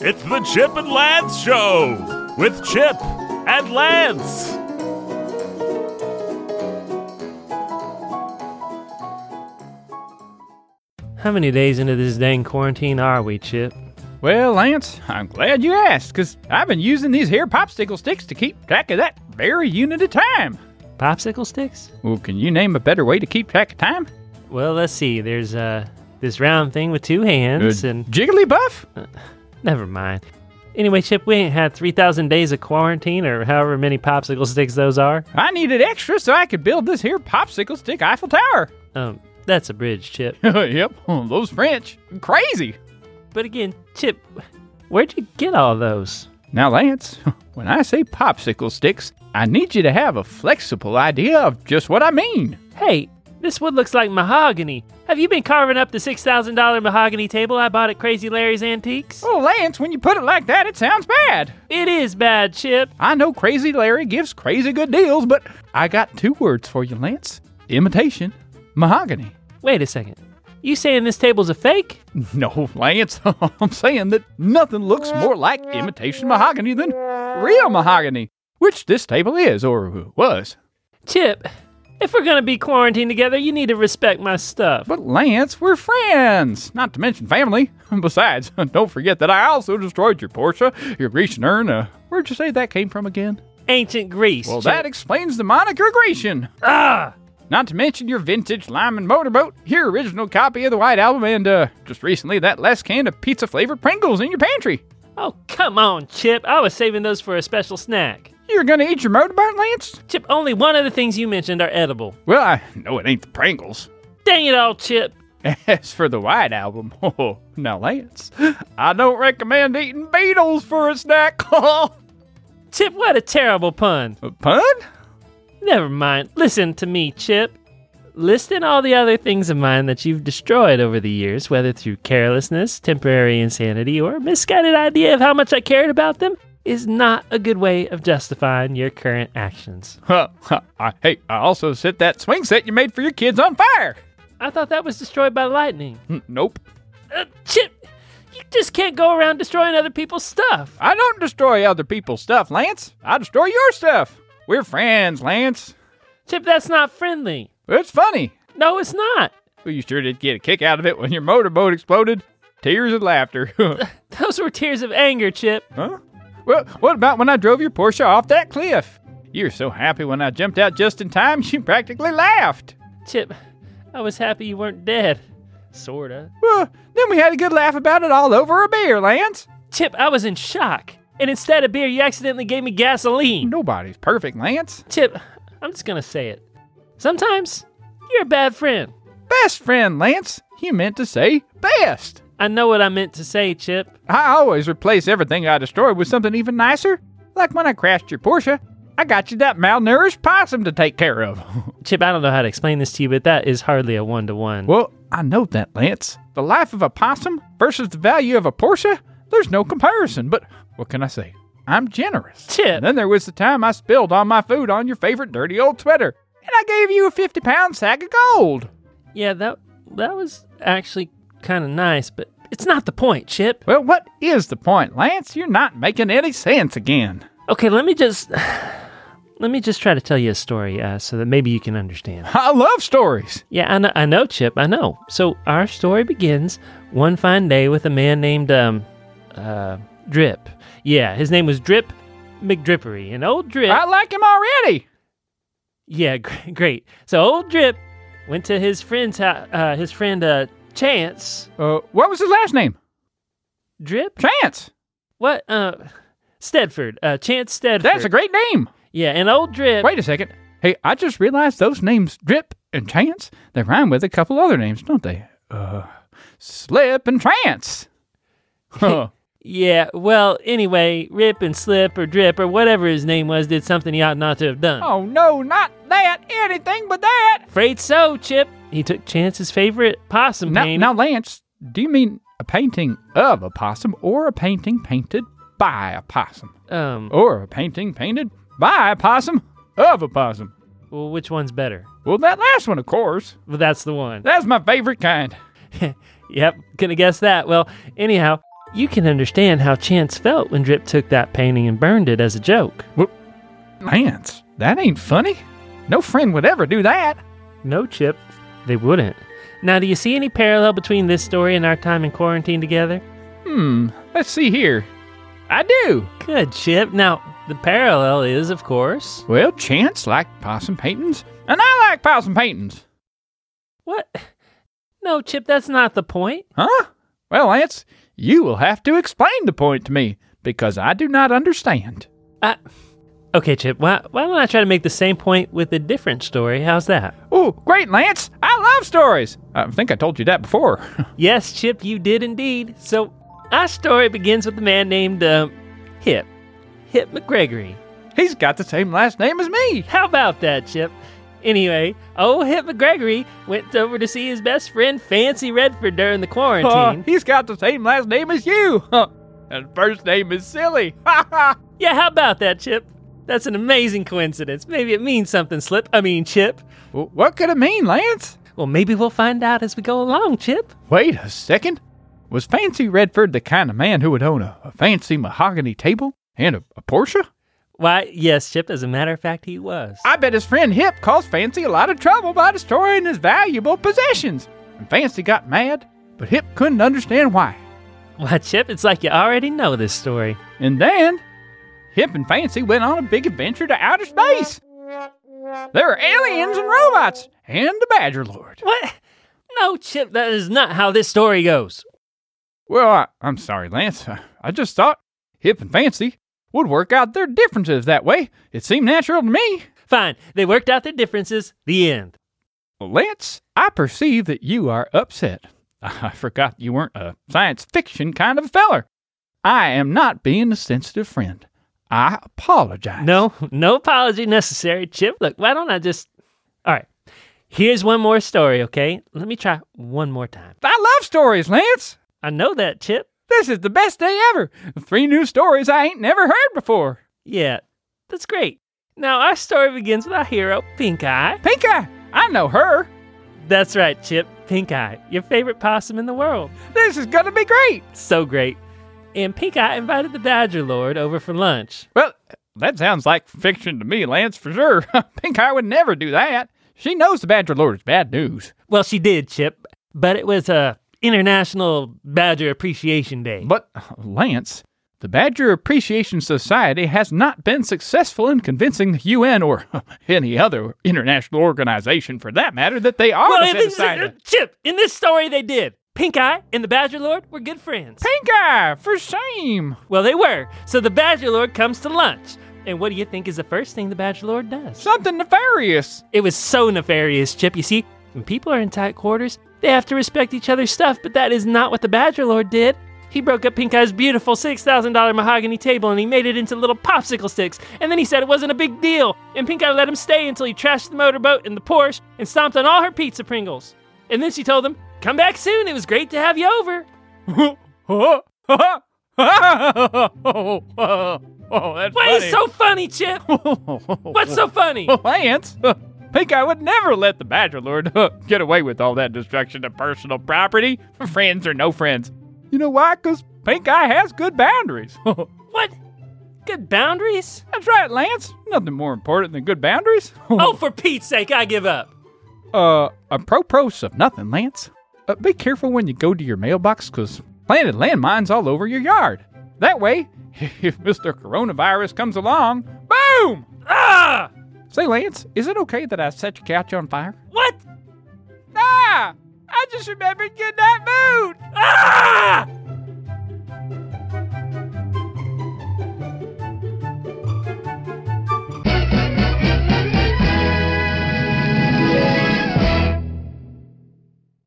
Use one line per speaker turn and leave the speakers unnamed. It's the Chip and Lance Show with Chip and Lance.
How many days into this dang quarantine are we, Chip?
Well, Lance, I'm glad you asked, because I've been using these here popsicle sticks to keep track of that very unit of time.
Popsicle sticks?
Well, can you name a better way to keep track of time?
Well, let's see. There's uh this round thing with two hands
Uh,
and
Jigglypuff?
never mind. Anyway, Chip, we ain't had 3,000 days of quarantine or however many popsicle sticks those are.
I needed extra so I could build this here popsicle stick Eiffel Tower.
Um, that's a bridge, Chip.
yep, those French. Crazy.
But again, Chip, where'd you get all those?
Now, Lance, when I say popsicle sticks, I need you to have a flexible idea of just what I mean.
Hey, this wood looks like mahogany. Have you been carving up the $6,000 mahogany table I bought at Crazy Larry's Antiques?
Oh, Lance, when you put it like that, it sounds bad.
It is bad, Chip.
I know Crazy Larry gives crazy good deals, but I got two words for you, Lance imitation, mahogany.
Wait a second. You saying this table's a fake?
No, Lance, I'm saying that nothing looks more like imitation mahogany than real mahogany, which this table is, or was.
Chip, if we're gonna be quarantined together, you need to respect my stuff.
But Lance, we're friends, not to mention family. Besides, don't forget that I also destroyed your Porsche, your Grecian urn. Uh, where'd you say that came from again?
Ancient Greece.
Well,
Chip.
that explains the moniker Grecian.
ah,
Not to mention your vintage Lyman motorboat, your original copy of the White Album, and uh, just recently that last can of pizza flavored Pringles in your pantry.
oh come on, Chip. I was saving those for a special snack.
You're gonna eat your motorboat, Lance?
Chip, only one of the things you mentioned are edible.
Well, I know it ain't the Pringles.
Dang it all, Chip.
As for the White Album, oh, now Lance, I don't recommend eating beetles for a snack. A
Chip, what a terrible pun.
Pun?
Never mind. Listen to me, Chip. Listing all the other things of mine that you've destroyed over the years, whether through carelessness, temporary insanity, or a misguided idea of how much I cared about them, is not a good way of justifying your current actions.
Huh, huh, I, hey, I also set that swing set you made for your kids on fire.
I thought that was destroyed by lightning.
N- Nope.
Uh, Chip, you just can't go around destroying other people's stuff.
I don't destroy other people's stuff, Lance. I destroy your stuff. We're friends, Lance.
Chip, that's not friendly.
It's funny.
No, it's not.
Well, you sure did get a kick out of it when your motorboat exploded. Tears and laughter.
Those were tears of anger, Chip.
huh? Well, what about when I drove your Porsche off that cliff? You were so happy when I jumped out just in time, you practically laughed.
Chip, I was happy you weren't dead. Sorta.
Well, then we had a good laugh about it all over a beer, Lance.
Chip, I was in shock. And instead of beer, you accidentally gave me gasoline.
Nobody's perfect, Lance.
Chip, I'm just gonna say it. Sometimes you're a bad friend.
Best friend, Lance. You meant to say best.
I know what I meant to say, Chip.
I always replace everything I destroy with something even nicer. Like when I crashed your Porsche, I got you that malnourished possum to take care of.
Chip, I don't know how to explain this to you, but that is hardly a one to one.
Well, I know that, Lance. The life of a possum versus the value of a Porsche, there's no comparison. But what can I say? I'm generous.
Chip.
And then there was the time I spilled all my food on your favorite dirty old sweater, and I gave you a 50 pound sack of gold.
Yeah, that that was actually kind of nice, but it's not the point, Chip.
Well, what is the point, Lance? You're not making any sense again.
Okay, let me just let me just try to tell you a story uh, so that maybe you can understand.
I love stories.
Yeah, I know, I know, Chip. I know. So our story begins one fine day with a man named um, uh, Drip. Yeah, his name was Drip McDrippery. And old Drip.
I like him already.
Yeah, gr- great. So old Drip went to his friend's house. Uh, his friend uh, Chance
Uh, what was his last name?
Drip.
Chance.
What? Uh, Stedford. Uh, Chance Stedford.
That's a great name.
yeah. And old Drip.
Wait a second. Hey, I just realized those names Drip and Chance, they rhyme with a couple other names, don't they? Uh, Slip and Trance. Huh.
Yeah. Well, anyway, Rip and Slip or Drip or whatever his name was did something he ought not to have done.
oh, no, not that. Anything but that.
Afraid so, Chip. He took Chance's favorite possum
Now,
painting.
now, Lance, do you mean a painting of a possum or a painting painted by a possum?
Um,
Or a painting painted by a possum of a possum?
well, which one's better?
Well, that last one, of course.
Well, that's the one.
That's my favorite kind.
yep, gonna guess that. Well, anyhow, You can understand how Chance felt when Drip took that painting and burned it as a joke.
Lance, that ain't funny. No friend would ever do that.
No, Chip, they wouldn't. Now, do you see any parallel between this story and our time in quarantine together?
Hmm, let's see here. I do.
Good, Chip. Now, the parallel is, of course.
Well, Chance liked possum paintings, and I like possum paintings.
What? No, Chip, that's not the point.
Huh? Well, Lance, you will have to explain the point to me because I do not understand.
Okay, Chip, why, why don't I try to make the same point with a different story? How's that?
Oh, great, Lance. I love stories. I think I told you that before.
Yes, Chip, you did indeed. So, our story begins with a man named uh, Hip. Hip McGregory.
He's got the same last name as me.
How about that, Chip? Anyway, old Hip McGregory went over to see his best friend Fancy Redford during the
Uh,
quarantine.
he's got the same last name as you. and first name is Silly.
yeah, how about that, Chip? That's an amazing coincidence. Maybe it means something, Slip. I mean, Chip.
W- what could it mean, Lance?
Well, maybe we'll find out as we go along, Chip.
Wait a second. Was Fancy Redford the kind of man who would own a, a fancy mahogany table and a, a Porsche?
Why, yes, Chip, as a matter of fact, he was.
I bet his friend Hip caused Fancy a lot of trouble by destroying his valuable possessions. And Fancy got mad, but Hip couldn't understand why.
Why, Chip, it's like you already know this story.
And then, Hip and Fancy went on a big adventure to outer space. There were aliens and robots, and the Badger Lord.
What? No, Chip, that is not how this story goes.
Well, I, I'm sorry, Lance. I, I just thought Hip and Fancy would work out their differences that way. It seemed natural to me.
Fine, they worked out their differences. The end.
Lance, I perceive that you are upset. I forgot you weren't a science fiction kind of a feller. I am not being a sensitive friend. I apologize.
No, no apology necessary, Chip. Look, why don't I just. All right. Here's one more story, okay? Let me try one more time.
I love stories, Lance.
I know that, Chip.
This is the best day ever. Three new stories I ain't never heard before.
Yeah, that's great. Now, our story begins with our hero, Pink Eye.
Pink Eye, I know her.
That's right, Chip. Pink Eye, your favorite possum in the world.
This is gonna be great.
So great. And Pink Eye invited the Badger Lord over for lunch.
Well, that sounds like fiction to me, Lance, for sure. Pink Eye would never do that. She knows the Badger Lord is bad news.
Well, she did, Chip, but it was uh, International Badger Appreciation Day.
But, Lance, the Badger Appreciation Society has not been successful in convincing the UN or any other international organization, for that matter, that they are
well,
a
in this,
genocidal.
Chip, in this story, they did. Pink Eye and the Badger Lord were good friends.
Pink Eye, for shame.
Well, they were. So the Badger Lord comes to lunch. And what do you think is the first thing the Badger Lord does?
Something nefarious.
It was so nefarious, Chip. You see, when people are in tight quarters, they have to respect each other's stuff, but that is not what the Badger Lord did. He broke up Pink Eye's beautiful $6,000 mahogany table and he made it into little popsicle sticks. And then he said it wasn't a big deal. And Pink Eye let him stay until he trashed the motorboat and the Porsche and stomped on all her pizza Pringles. And then she told him, Come back soon. It was great to have you over.
oh, oh, that's
Why is so funny, Chip? What's so funny?
Lance? Pink Eye would never let the Badger Lord get away with all that destruction of personal property, friends or no friends. You know why? Because Pink Eye has good boundaries.
What? Good boundaries?
That's right, Lance. Nothing more important than good boundaries.
Oh, for Pete's sake, I give up.
Uh, a pro pros of nothing, Lance. Uh, be careful when you go to your mailbox, 'cause planted landmines all over your yard. That way, if Mr. Coronavirus comes along, boom!
Ah!
Say, Lance, is it okay that I set your couch on fire?
What?
Ah! I just remembered Goodnight Moon!
Ah!